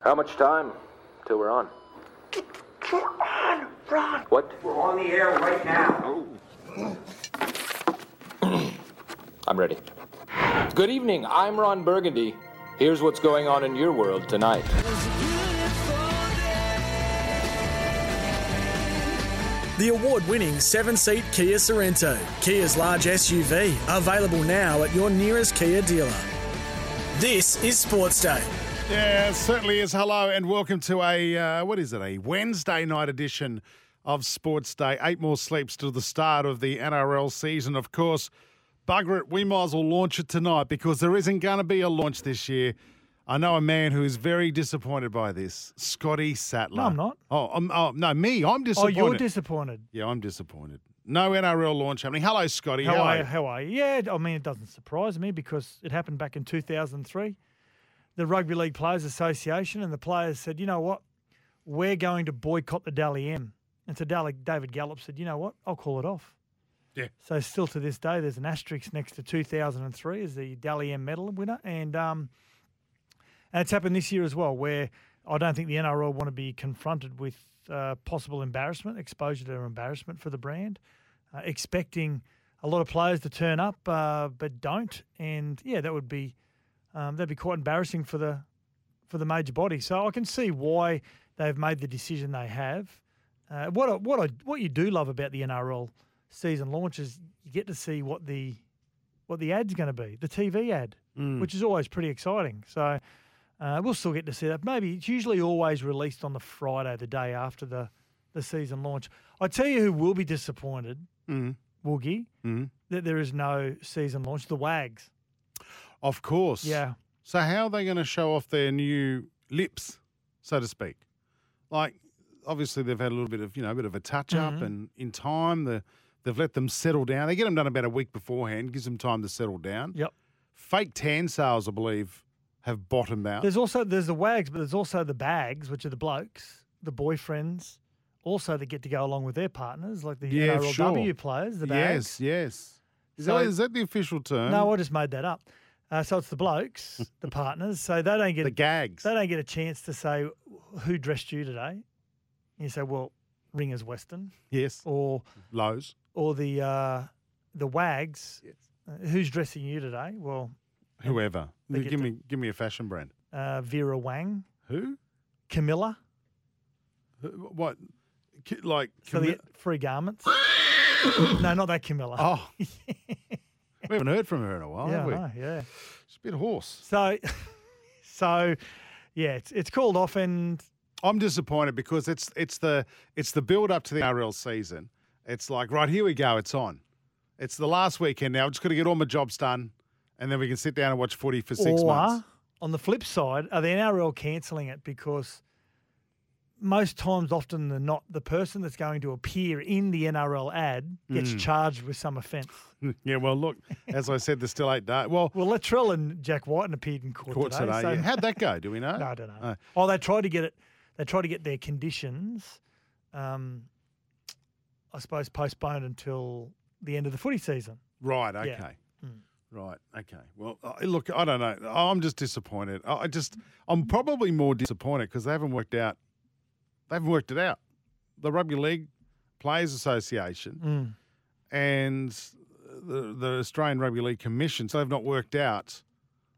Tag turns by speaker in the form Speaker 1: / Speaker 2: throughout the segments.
Speaker 1: How much time till we're on?
Speaker 2: We're on, Ron.
Speaker 1: What?
Speaker 3: We're on the air right now.
Speaker 1: I'm ready. Good evening. I'm Ron Burgundy. Here's what's going on in your world tonight.
Speaker 4: The award winning seven seat Kia Sorrento, Kia's large SUV, available now at your nearest Kia dealer. This is Sports Day.
Speaker 5: Yeah, it certainly is. Hello and welcome to a, uh, what is it, a Wednesday night edition of Sports Day. Eight more sleeps till the start of the NRL season. Of course, bugger it, we might as well launch it tonight because there isn't going to be a launch this year. I know a man who is very disappointed by this, Scotty Sattler.
Speaker 6: No, I'm not.
Speaker 5: Oh, I'm, oh no, me. I'm
Speaker 6: Oh,
Speaker 5: disappointed.
Speaker 6: you're disappointed.
Speaker 5: yeah, I'm disappointed. No NRL launch happening. Hello, Scotty.
Speaker 6: How are you? How are you? Yeah, I mean, it doesn't surprise me because it happened back in 2003. The Rugby League Players Association and the players said, you know what? We're going to boycott the Dally M. And so Dally, David Gallup said, you know what? I'll call it off.
Speaker 5: Yeah.
Speaker 6: So still to this day, there's an asterisk next to 2003 as the Dally M medal winner. And, um, and it's happened this year as well, where I don't think the NRL want to be confronted with uh, possible embarrassment, exposure to embarrassment for the brand uh, expecting a lot of players to turn up, uh, but don't. And yeah, that would be um, that'd be quite embarrassing for the for the major body. So I can see why they've made the decision they have. Uh, what I, what I, what you do love about the NRL season launch is you get to see what the what the ad's going to be, the TV ad, which is always pretty exciting. So uh, we'll still get to see that. Maybe it's usually always released on the Friday, the day after the the season launch. I tell you who will be disappointed,
Speaker 5: Mm.
Speaker 6: Woogie,
Speaker 5: Mm-hmm.
Speaker 6: that there is no season launch. The Wags,
Speaker 5: Of course.
Speaker 6: yeah,
Speaker 5: So how are they going to show off their new lips, so to speak? Like, obviously they've had a little bit of you know a bit of a touch up,
Speaker 6: Mm-hmm.
Speaker 5: and in time the they've let them settle down. They get them done about a week beforehand, gives them time to settle down.
Speaker 6: yep.
Speaker 5: Fake tan sales, I believe, have bottomed out.
Speaker 6: There's also there's the Wags, but there's also the Bags, which are the blokes, the boyfriends, also that get to go along with their partners, like the
Speaker 5: Yeah,
Speaker 6: NRLW
Speaker 5: sure.
Speaker 6: players, the
Speaker 5: yes,
Speaker 6: Bags.
Speaker 5: yes. Is,
Speaker 6: So-
Speaker 5: that, is that the official term?
Speaker 6: No, I just made that up. Uh, so it's the blokes, the partners. So they don't get
Speaker 5: the gags.
Speaker 6: they don't get a chance to say who dressed you today. you say, well, Ringers Western
Speaker 5: yes,
Speaker 6: or
Speaker 5: Lowe's.
Speaker 6: or the uh, the Wags. Uh, who's dressing you today? Well,
Speaker 5: Whoever.
Speaker 6: They
Speaker 5: Give
Speaker 6: get
Speaker 5: me, give me a fashion brand.
Speaker 6: uh, Vera Wang,
Speaker 5: Who?
Speaker 6: Camilla
Speaker 5: Who- What? Ki- Like
Speaker 6: for
Speaker 5: commi-
Speaker 6: the free garments. no, not that Camilla.
Speaker 5: Oh. we haven't heard from her in a while,
Speaker 6: yeah,
Speaker 5: have we?
Speaker 6: I know, yeah.
Speaker 5: She's a bit hoarse.
Speaker 6: So, so yeah, it's it's called off, and
Speaker 5: I'm disappointed because it's it's the it's the build up to the RL season. It's like, right, here we go, it's on. It's the last weekend now. I'm just gonna get all my jobs done and then we can sit down and watch footy for six
Speaker 6: or
Speaker 5: months.
Speaker 6: on the flip side, are the NRL cancelling it because most times, often than not, the person that's going to appear in the NRL ad
Speaker 5: Hmm.
Speaker 6: gets charged with some offence.
Speaker 5: yeah, well look, as I said, there's still eight days. Well,
Speaker 6: Well, Latrell and Jack Whiten appeared in court,
Speaker 5: court
Speaker 6: today.
Speaker 5: today.
Speaker 6: so-
Speaker 5: yeah. How'd that go? Do we know?
Speaker 6: No, I don't know.
Speaker 5: Uh,
Speaker 6: oh, they tried to get it. They tried to get their conditions, um, I suppose, postponed until the end of the footy season.
Speaker 5: Right. Okay.
Speaker 6: Yeah.
Speaker 5: Right. Okay. Well, I- look, I don't know. I'm just disappointed. I I just, I'm probably more disappointed because they haven't worked out. They haven't worked it out. The Rugby League Players Association and the, the Australian Rugby League Commission. So they've not worked out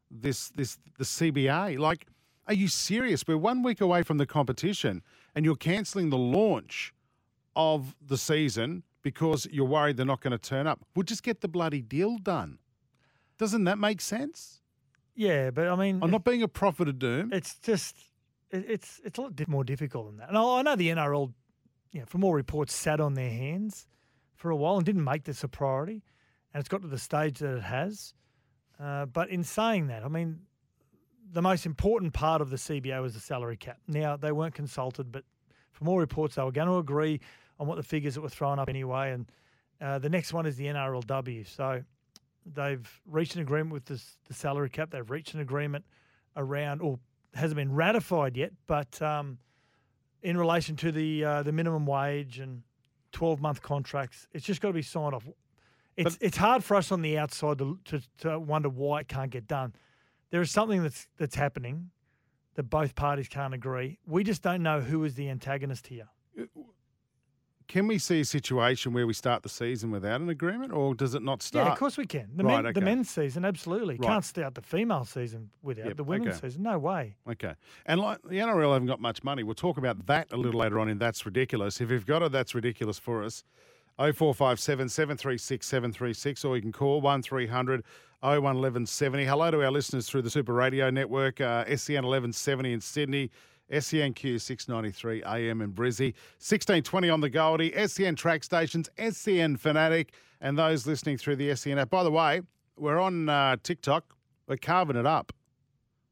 Speaker 5: this this the CBA. Like, are you serious? We're one week away from the competition, and you're cancelling the launch of the season because you're worried they're not going to turn up. We'll just get the bloody deal done. Doesn't that make sense?
Speaker 6: Yeah, but I mean,
Speaker 5: I'm not being a prophet of doom.
Speaker 6: it's just it, it's it's a lot di- more difficult than that. And I, I know the NRL, you know, from all reports, sat on their hands for a while and didn't make this a priority, and it's got to the stage that it has. Uh, but in saying that, I mean, the most important part of the CBA was the salary cap. Now they weren't consulted, but from all reports, they were going to agree on what the figures that were thrown up anyway. And uh, the next one is the NRLW. So they've reached an agreement with this, the salary cap. They've reached an agreement around, or hasn't been ratified yet, but um, in relation to the uh, the minimum wage and twelve month contracts, it's just got to be signed off. It's it's hard for us on the outside to, to to wonder why it can't get done. There is something that's that's happening that both parties can't agree. We just don't know who is the antagonist here.
Speaker 5: Can we see a situation where we start the season without an agreement, or does it not start?
Speaker 6: Yeah, of course we can. The,
Speaker 5: Right,
Speaker 6: men, the
Speaker 5: okay.
Speaker 6: men's season, absolutely.
Speaker 5: Right.
Speaker 6: Can't start the female season without
Speaker 5: Yep,
Speaker 6: the women's
Speaker 5: okay.
Speaker 6: season. No way.
Speaker 5: Okay. And like the NRL haven't got much money. We'll talk about that a little later on in That's Ridiculous. If you've got a That's Ridiculous for us, 0457 736 736, or you can call 1300 011170. Hello to our listeners through the Super Radio Network, uh, SEN 1170 in Sydney. E SENQ 693 AM in Brizzy, 1620 on the Goldie, SEN track stations, SEN Fanatic, and those listening through the SEN app. By the way, we're on uh, TikTok. We're carving it up.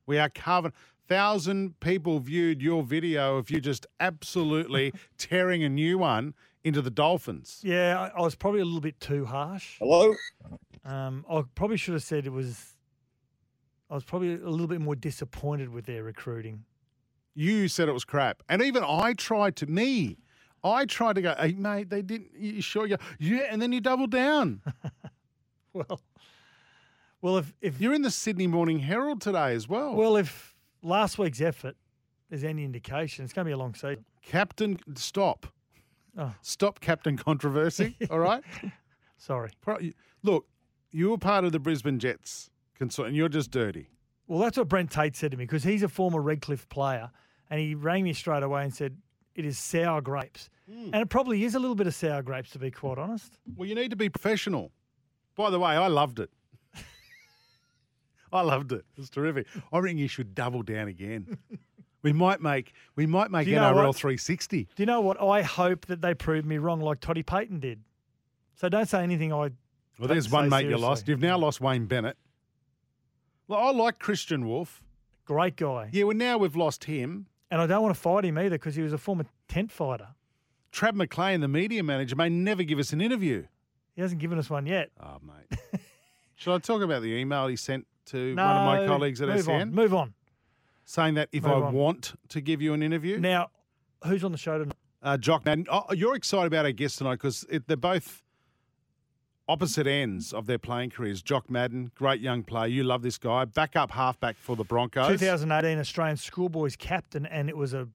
Speaker 5: We are carving. Thousand people viewed your video of you just absolutely tearing a new one into the Dolphins.
Speaker 6: Yeah, I, I was probably a little bit too harsh.
Speaker 7: Hello?
Speaker 6: Um, I probably should have said it was. I was probably a little bit more disappointed with their recruiting.
Speaker 5: You said it was crap, and even I tried to me. I tried to go, hey, mate. They didn't. You sure? You yeah. And then you double down.
Speaker 6: Well, well, if if
Speaker 5: You're in the Sydney Morning Herald today as well.
Speaker 6: well if last week's effort is any indication, it's going to be a long season.
Speaker 5: Captain, stop,
Speaker 6: Oh.
Speaker 5: stop, Captain Controversy. All right.
Speaker 6: Sorry.
Speaker 5: Pro- Look, you were part of the Brisbane Jets consort, and you're just dirty.
Speaker 6: Well, that's what Brent Tate said to me because he's a former Redcliffe player, and he rang me straight away and said it is sour grapes, and it probably is a little bit of sour grapes to be quite honest.
Speaker 5: Well, you need to be professional. By the way, I loved it. I loved it. It's terrific. I think you should double down again. We might make we might make
Speaker 6: Do you know
Speaker 5: NRL
Speaker 6: what?
Speaker 5: 360.
Speaker 6: Do you know what? I hope that they prove me wrong like Toddy Payton did. So don't say anything. "Oh, I
Speaker 5: Well, there's
Speaker 6: Say
Speaker 5: one mate you
Speaker 6: seriously.
Speaker 5: lost. You've now lost Wayne Bennett. Well, I like Christian Wolf.
Speaker 6: great guy,
Speaker 5: Yeah, well now we've lost him.
Speaker 6: and I don't want to fight him either because he was a former tent fighter.
Speaker 5: Trav McLean, the media manager, may never give us an interview.
Speaker 6: He hasn't given us one yet.
Speaker 5: Oh, mate. Should I talk about the email he sent to one of my
Speaker 6: No,
Speaker 5: colleagues at
Speaker 6: move
Speaker 5: SN
Speaker 6: On, move on
Speaker 5: saying that if
Speaker 6: Move
Speaker 5: I
Speaker 6: on.
Speaker 5: want to give you an interview?
Speaker 6: now. Who's on the show tonight?
Speaker 5: uh, Jock Madden. Oh, you're excited about our guest tonight because they're both opposite ends of their playing careers. Jock Madden, great young player. You love this guy. Backup halfback for the Broncos.
Speaker 6: 2018 Australian schoolboys captain, and it was a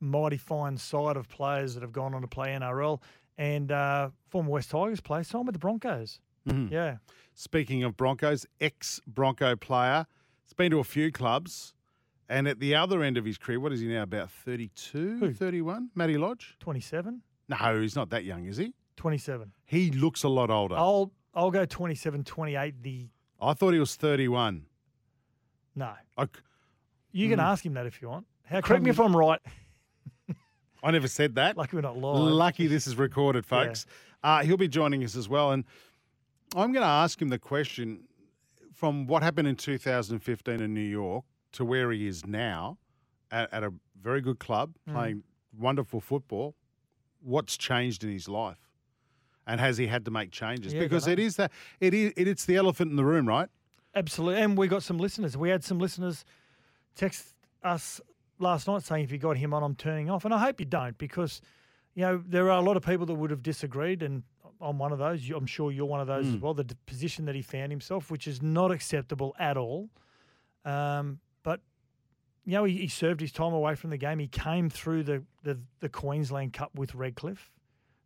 Speaker 6: mighty fine side of players that have gone on to play NRL and uh, former West Tigers player, signed with the Broncos.
Speaker 5: Mm-hmm.
Speaker 6: Yeah,
Speaker 5: Speaking of Broncos, ex Bronco player. He's been to a few clubs. And at the other end of his career, what is he now? About 32,
Speaker 6: Who?
Speaker 5: 31? Matty Lodge?
Speaker 6: 27,
Speaker 5: No, he's not that young, is he?
Speaker 6: 27.
Speaker 5: He looks a lot older.
Speaker 6: I'll I'll go 27, 28. The
Speaker 5: I thought he was 31.
Speaker 6: no,
Speaker 5: I, c-
Speaker 6: you can ask him that if you want. How
Speaker 5: Mm. Correct
Speaker 6: come
Speaker 5: me
Speaker 6: you-
Speaker 5: if I'm right. I never said that.
Speaker 6: Lucky we're not live.
Speaker 5: Lucky this is recorded, folks. Uh, he'll be joining us as well. And I'm going to ask him the question from what happened in 2015 in New York to where he is now at, at a very good club
Speaker 6: Mm.
Speaker 5: playing wonderful football. What's changed in his life? And has he had to make changes?
Speaker 6: Yeah, I
Speaker 5: because
Speaker 6: dunno.
Speaker 5: it is that it is it, it's the elephant in the room, right?
Speaker 6: Absolutely. And we got some listeners. We had some listeners text us last night saying, if you got him on, I'm turning off. And I hope you don't because, you know, there are a lot of people that would have disagreed. And I'm one of those. You- I'm sure you're one of those as well. The d- position that he found himself, which is not acceptable at all. Um, but, you know, he, he served his time away from the game. He came through the, the, the Queensland Cup with Redcliffe,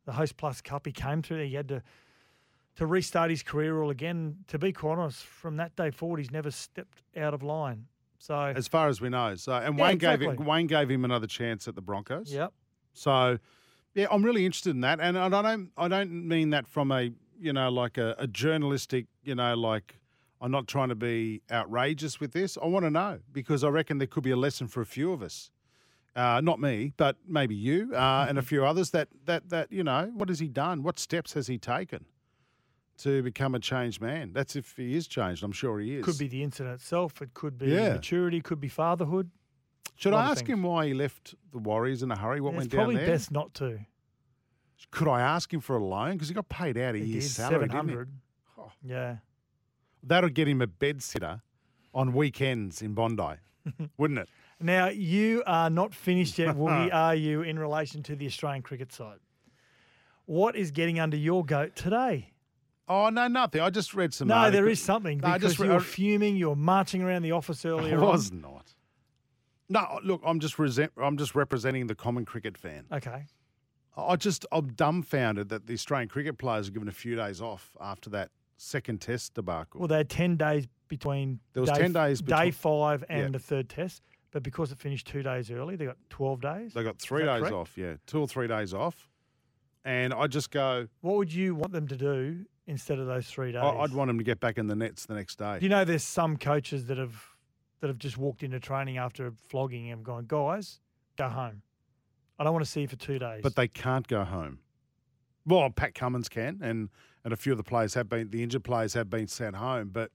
Speaker 6: the Host Plus Cup. He came through there. He had to to restart his career all again. To be quite honest, from that day forward, he's never stepped out of line. So,
Speaker 5: As far as we know. So and
Speaker 6: Yeah,
Speaker 5: Wayne gave
Speaker 6: exactly.
Speaker 5: it, Wayne gave him another chance at the Broncos.
Speaker 6: yep.
Speaker 5: So, yeah, I'm really interested in that, and I don't, I don't mean that from a, you know, like a, a journalistic, you know, like I'm not trying to be outrageous with this. I want to know because I reckon there could be a lesson for a few of us, uh, not me, but maybe you
Speaker 6: Mm-hmm.
Speaker 5: uh, and a few others. That that that you know, what has he done? What steps has he taken to become a changed man? That's if he is changed. I'm sure he is.
Speaker 6: Could be the incident itself. It could be
Speaker 5: Yeah.
Speaker 6: maturity. Could be fatherhood.
Speaker 5: Should
Speaker 6: a lot
Speaker 5: I
Speaker 6: of
Speaker 5: ask
Speaker 6: things.
Speaker 5: him why he left the Warriors in a hurry? What
Speaker 6: it's
Speaker 5: went down
Speaker 6: probably
Speaker 5: there?
Speaker 6: best not to.
Speaker 5: Could I ask him for a loan because he got paid out a
Speaker 6: He
Speaker 5: year's
Speaker 6: did,
Speaker 5: salary? Didn't Oh. he?
Speaker 6: 700. Yeah.
Speaker 5: That'll get him a bed sitter on weekends in Bondi, wouldn't it?
Speaker 6: Now you are not finished yet, Woogie, are you? In relation to the Australian cricket side, what is getting under your goat today?
Speaker 5: Oh no, nothing. I just read some.
Speaker 6: No, there
Speaker 5: article-
Speaker 6: is something
Speaker 5: No, I
Speaker 6: because
Speaker 5: just re-
Speaker 6: you were
Speaker 5: I-
Speaker 6: fuming. You were marching around the office earlier.
Speaker 5: I
Speaker 6: on.
Speaker 5: was not. No, look, I'm just resent, I'm just representing the common cricket fan.
Speaker 6: Okay.
Speaker 5: I just I'm dumbfounded that the Australian cricket players are given a few days off after that second test debacle.
Speaker 6: Well, they had 10 days between
Speaker 5: There was
Speaker 6: day,
Speaker 5: 10 days
Speaker 6: day
Speaker 5: between-
Speaker 6: five and
Speaker 5: Yeah.
Speaker 6: the third test. But because it finished two days early, they got 12 days.
Speaker 5: they got three
Speaker 6: that
Speaker 5: days
Speaker 6: correct?
Speaker 5: off, yeah, two or three days off, and I just go,
Speaker 6: What would you want them to do instead of those three days?
Speaker 5: I, I'd want them to get back in the nets the next day.
Speaker 6: Do you know there's some coaches that have that have just walked into training after flogging and gone, guys, go home. I don't want to see you for two days.
Speaker 5: but they can't go home. Well, Pat Cummins can, and and a few of the players have been the injured players have been sent home. But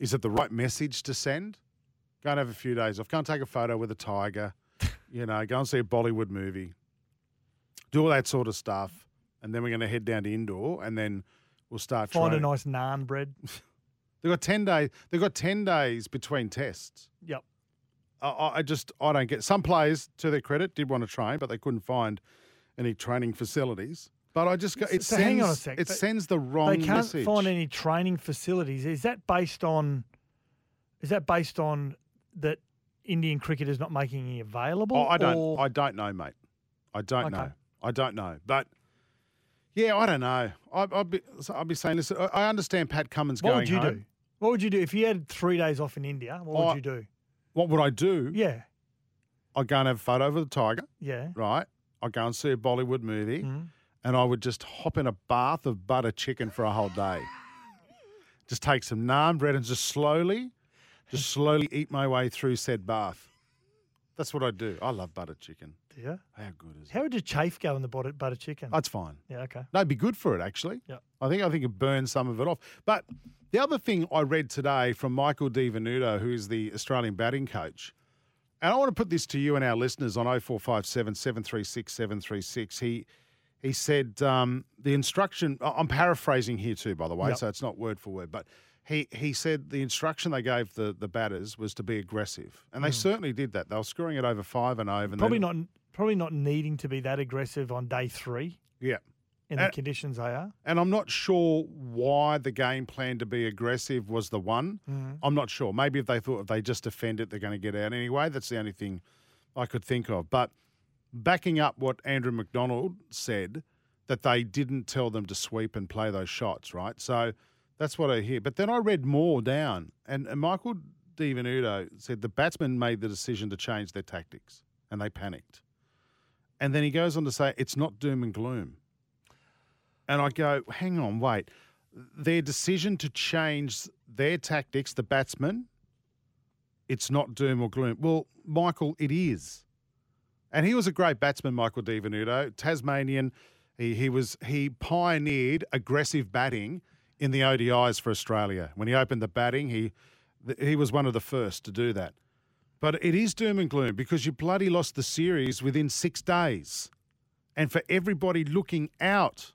Speaker 5: is it the right message to send? Go and have a few days off. Go and take a photo with a tiger. You know, go and see a Bollywood movie. Do all that sort of stuff, and then we're going to head down to indoor, and then we'll start
Speaker 6: find
Speaker 5: training.
Speaker 6: a nice naan bread.
Speaker 5: They've got ten days. They've got ten days between tests.
Speaker 6: yep.
Speaker 5: I- I, I just I don't get. Some players, to their credit, did want to train, but they couldn't find any training facilities. But I just go, it
Speaker 6: So
Speaker 5: sends
Speaker 6: hang on a sec,
Speaker 5: it
Speaker 6: but
Speaker 5: sends the wrong
Speaker 6: they can't
Speaker 5: message.
Speaker 6: find any training facilities. Is that based on? Is that based on that Indian cricket is not making any available?
Speaker 5: Oh, I don't
Speaker 6: or-
Speaker 5: I don't know, mate. I don't
Speaker 6: Okay.
Speaker 5: know. I don't know. But yeah, I don't know. I, I'd be so I'd be saying, listen, I- I understand Pat Cummins
Speaker 6: what
Speaker 5: going
Speaker 6: would you
Speaker 5: home.
Speaker 6: do? What would you do if you had three days off in India? What would
Speaker 5: I-
Speaker 6: you do?
Speaker 5: What would I do?
Speaker 6: Yeah,
Speaker 5: I'd go and have a photo with a tiger,
Speaker 6: yeah.
Speaker 5: right? I'd go and see a Bollywood movie, and I would just hop in a bath of butter chicken for a whole day. just take some naan bread and just slowly, just slowly eat my way through said bath. That's what I do. I love butter chicken.
Speaker 6: Yeah.
Speaker 5: How good is it?
Speaker 6: How would your chafe go in the butter, butter chicken?
Speaker 5: That's fine.
Speaker 6: yeah, okay.
Speaker 5: No, it'd be good for it actually.
Speaker 6: Yep.
Speaker 5: I think I think it burns some of it off. But the other thing I read today from Michael DiVenuto, who is the Australian batting coach, and I want to put this to you and our listeners on 0457 736 736. He he said um, the instruction. I- I'm paraphrasing here too, by the way,
Speaker 6: Yep.
Speaker 5: so it's not word for word, but. He, he said the instruction they gave the, the batters was to be aggressive, and they certainly did that. They were scoring it over five and over. And
Speaker 6: Hmm. Probably
Speaker 5: then-
Speaker 6: not. Probably not needing to be that aggressive on day three
Speaker 5: Yeah,
Speaker 6: in the
Speaker 5: Uh,
Speaker 6: conditions they are.
Speaker 5: And I'm not sure why the game plan to be aggressive was the one. I'm not sure. Maybe if they thought if they just defend it, they're going to get out anyway. That's the only thing I could think of. But backing up what Andrew McDonald said, that they didn't tell them to sweep and play those shots, right? So that's what I hear. But then I read more down, and, and Michael DiVenuto said the batsmen made the decision to change their tactics and they panicked. And then he goes on to say, it's not doom and gloom. And I go, hang on, wait. Their decision to change their tactics, the batsmen, it's not doom or gloom. Well, Michael, it is. And he was a great batsman, Michael DiVenuto, Tasmanian. He, he was he pioneered aggressive batting in the ODIs for Australia. When he opened the batting, he th- he was one of the first to do that. But it is doom and gloom because you bloody lost the series within six days, and for everybody looking out,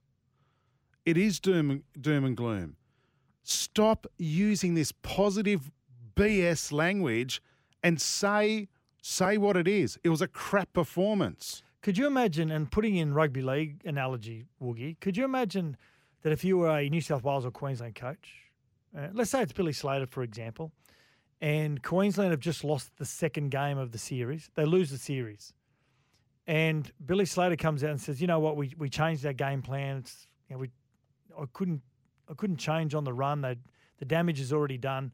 Speaker 5: it is doom and, doom and gloom. Stop using this positive BS language and say say what it is. It was a crap performance.
Speaker 6: Could you imagine, and putting in rugby league analogy, Woogie, could you imagine that if you were a New South Wales or Queensland coach, uh, let's say it's Billy Slater, for example, and Queensland have just lost the second game of the series, they lose the series. And Billy Slater comes out and says, "You know what? We we changed our game plan. It's, you know, we I couldn't I couldn't change on the run. They, the damage is already done.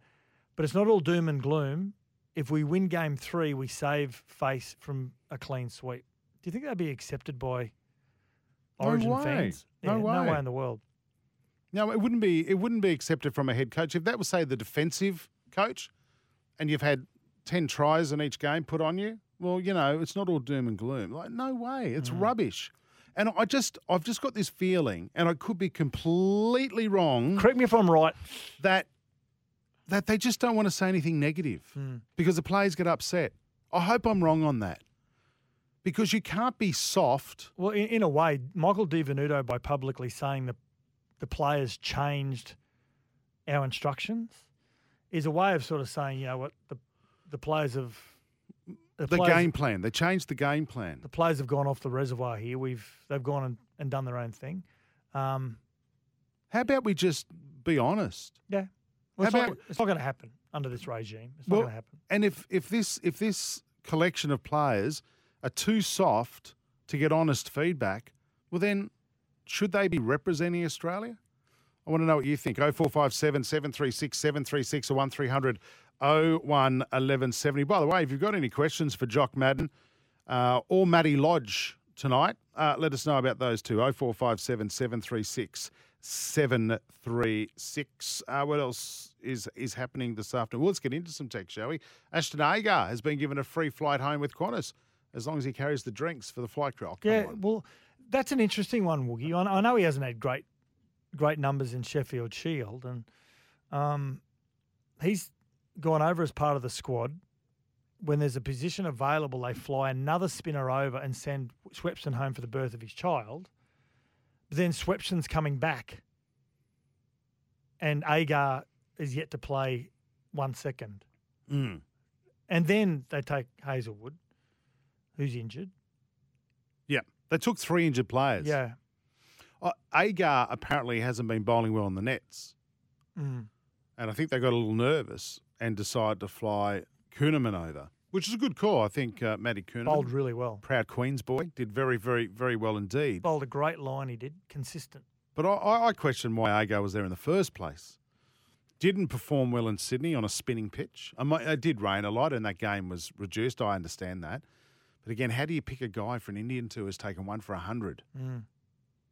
Speaker 6: But it's not all doom and gloom. If we win game three, we save face from a clean sweep. Do you think that'd be accepted by
Speaker 5: No
Speaker 6: Origin
Speaker 5: way.
Speaker 6: fans?
Speaker 5: No
Speaker 6: No way
Speaker 5: way.
Speaker 6: in the world.
Speaker 5: No, it wouldn't be it wouldn't be accepted from a head coach if that was say the defensive coach, and you've had ten tries in each game put on you. Well, you know it's not all doom and gloom. Like no way, it's rubbish. And I just I've just got this feeling, and I could be completely wrong
Speaker 6: Correct me if I'm right.
Speaker 5: that that they just don't want to say anything negative
Speaker 6: Hmm.
Speaker 5: because the players get upset. I hope I'm wrong on that because you can't be soft.
Speaker 6: Well, in, in a way, Michael DiVenuto, by publicly saying the, the players changed our instructions, is a way of sort of saying, you know what, the, the players have.
Speaker 5: The
Speaker 6: players-
Speaker 5: game plan they changed the game plan.
Speaker 6: the players have gone off the reservoir here. We've they've gone and, and done their own thing. Um,
Speaker 5: How about we just be honest?
Speaker 6: yeah, Well, it's,
Speaker 5: How
Speaker 6: not,
Speaker 5: about-
Speaker 6: it's not going to happen under this regime. It's not
Speaker 5: Well,
Speaker 6: going to happen.
Speaker 5: And if if this if this collection of players are too soft to get honest feedback, well, then should they be representing Australia? I want to know what you think. 0457 736 736 or 1300 01 1170. By the way, if you've got any questions for Jock Madden uh, or Matty Lodge tonight, uh, let us know about those two. 0457 736 736. Uh, what else is, is happening this afternoon? Well, let's get into some tech, shall we? Ashton Agar has been given a free flight home with Qantas as long as he carries the drinks for the flight crew. Oh, come
Speaker 6: Yeah,
Speaker 5: on.
Speaker 6: well, that's an interesting one, Woogie. I, I know he hasn't had great, great numbers in Sheffield Shield, and um, he's gone over as part of the squad. When there's a position available, they fly another spinner over and send Swepson home for the birth of his child. But then Swepson's coming back, and Agar is yet to play one second.
Speaker 5: Mm.
Speaker 6: And then they take Hazelwood, who's injured.
Speaker 5: Yeah. They took three injured players.
Speaker 6: Yeah.
Speaker 5: Uh, Agar apparently hasn't been bowling well in the nets.
Speaker 6: Mm.
Speaker 5: And I think they got a little nervous and decided to fly Kuhneman over, which is a good call. I think uh, Matty Kuhneman,
Speaker 6: Bowled really well.
Speaker 5: proud Queen's boy, did very, very, very well indeed.
Speaker 6: Bowled a great line, he did. Consistent.
Speaker 5: But I- I, I question why Agar was there in the first place. Didn't perform well in Sydney on a spinning pitch. I might, it did rain a lot and that game was reduced. I understand that. But again, how do you pick a guy for an Indian tour who's taken one for 100?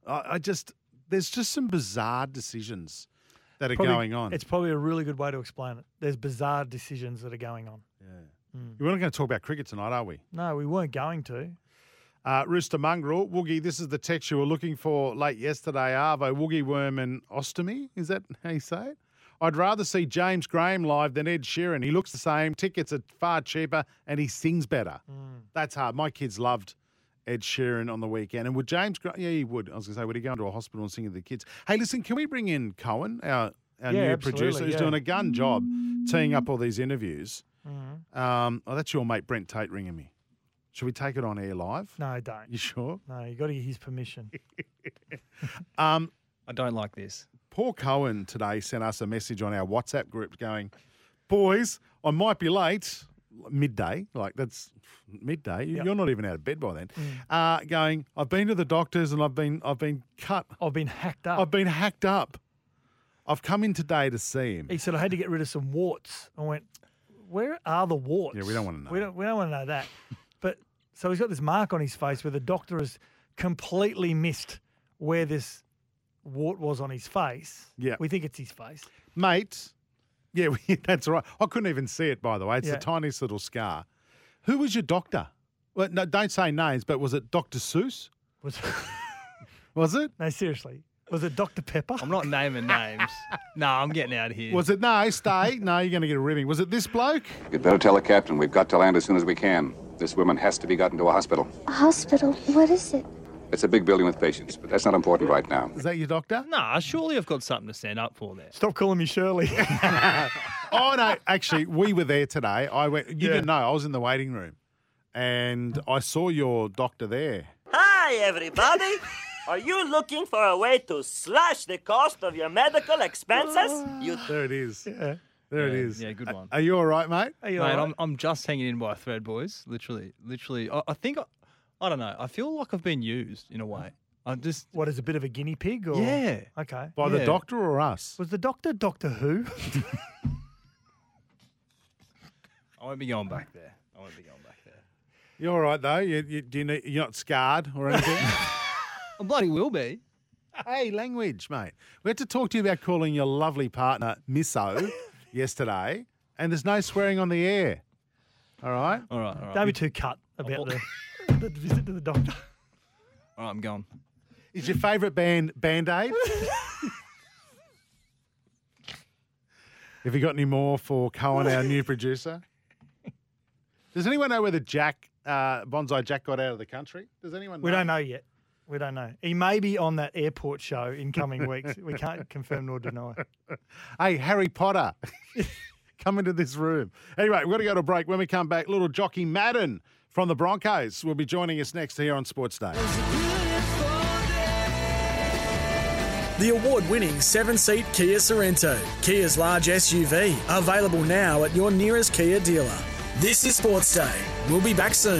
Speaker 5: I, I just, there's just some bizarre decisions that are
Speaker 6: Probably-
Speaker 5: going on.
Speaker 6: It's probably a really good way to explain it. There's bizarre decisions that are going on.
Speaker 5: We're not going to talk about cricket tonight, are we?
Speaker 6: No, we weren't going to.
Speaker 5: Uh, Rooster Mongrel, Woogie, this is the text you were looking for late yesterday. Arvo, Woogie Worm and Ostomy. Is that how you say it? I'd rather see James Graham live than Ed Sheeran. He looks the same, tickets are far cheaper, and he sings better.
Speaker 6: Hmm.
Speaker 5: That's hard. My kids loved Ed Sheeran on the weekend. And would James Graham, yeah, he would. I was going to say, would he go into a hospital and sing to the kids? Hey, listen, can we bring in Cohen, our, our
Speaker 6: Yeah,
Speaker 5: new
Speaker 6: absolutely,
Speaker 5: producer, who's
Speaker 6: yeah.
Speaker 5: doing a gun job teeing up all these interviews?
Speaker 6: Mm-hmm.
Speaker 5: Um, oh, that's your mate, Brent Tate, ringing me. Should we take it on air live?
Speaker 6: No, don't.
Speaker 5: You sure?
Speaker 6: No, you got to get his permission.
Speaker 5: Um,
Speaker 7: I don't like this.
Speaker 5: Paul Cohen today sent us a message on our WhatsApp group going, Boys, I might be late. Midday, like that's midday. You- You're not even out of bed by then. Uh, going, I've been to the doctors and I've been I've been cut.
Speaker 6: I've been hacked up.
Speaker 5: I've been hacked up. I've come in today to see him.
Speaker 6: he said I had to get rid of some warts. I went, where are the warts?
Speaker 5: Yeah, we don't wanna know.
Speaker 6: We don't, we don't want to know that. but so he's got this mark on his face where the doctor has completely missed where this wart was on his face.
Speaker 5: Yeah.
Speaker 6: We think it's his face.
Speaker 5: Mate, yeah, we, that's right. I couldn't even see it, by the way. It's
Speaker 6: Yeah.
Speaker 5: the tiniest little scar. Who was your doctor? Well, no, don't say names, but was it Dr. Seuss?
Speaker 6: Was
Speaker 5: Was it?
Speaker 6: No, seriously. Was it Dr. Pepper?
Speaker 7: I'm not naming names. no, I'm getting out of here.
Speaker 5: Was it no stay? No, you're going to get a ribbing. Was it this bloke?
Speaker 8: You'd better tell the captain we've got to land as soon as we can. This woman has to be gotten to a hospital.
Speaker 2: A hospital. What is it?
Speaker 8: It's a big building with patients, but that's not important right now.
Speaker 5: Is that your doctor?
Speaker 7: Nah, surely I've got something to stand up for there.
Speaker 6: Stop calling me Shirley.
Speaker 5: Oh no, actually, we were there today. I went. You
Speaker 6: Yeah.
Speaker 5: didn't know. I was in the waiting room, and I saw your doctor there.
Speaker 9: Hi, everybody! Are you looking for a way to slash the cost of your medical expenses?
Speaker 7: Oh.
Speaker 9: You
Speaker 5: There it is. Yeah. There it
Speaker 7: Yeah,
Speaker 5: is.
Speaker 7: yeah, good
Speaker 5: A-
Speaker 7: one.
Speaker 5: Are you all right, mate?
Speaker 6: Are you
Speaker 7: Mate,
Speaker 6: alright?
Speaker 7: I'm, I'm just hanging in by a thread, boys. Literally, literally. I, I think, I, I don't know. I feel like I've been used in a way. I'm just,
Speaker 6: What is a bit of a guinea pig? Or?
Speaker 7: yeah.
Speaker 6: Okay.
Speaker 5: By the
Speaker 7: Yeah.
Speaker 5: doctor or us?
Speaker 6: Was the doctor Doctor Who?
Speaker 7: I won't be going back there. I won't be going back there.
Speaker 5: You all right though? You, you, do you need, you're not scarred or anything?
Speaker 7: I bloody will be.
Speaker 5: hey, language, mate. We had to talk to you about calling your lovely partner Misso yesterday, and there's no swearing on the air. All right.
Speaker 7: All right, all right.
Speaker 6: Don't be too cut about the, the visit to the doctor.
Speaker 7: All right, I'm gone.
Speaker 5: Is your favourite band Band Aid? Have you got any more for Cohen, our new producer? Does anyone know whether Jack, uh, Bonsai Jack, got out of the country? Does anyone?
Speaker 6: We don't know yet. We don't know. He may be on that airport show in coming weeks. We can't confirm nor deny.
Speaker 5: Hey, Harry Potter, come into this room. Anyway, we're going to go to break. When we come back, little jockey Madden from the Broncos will be joining us next here on Sports Day.
Speaker 4: The award winning seven seat Kia Sorrento, Kia's large SUV, available now at your nearest Kia dealer. This is Sports Day. We'll be back soon.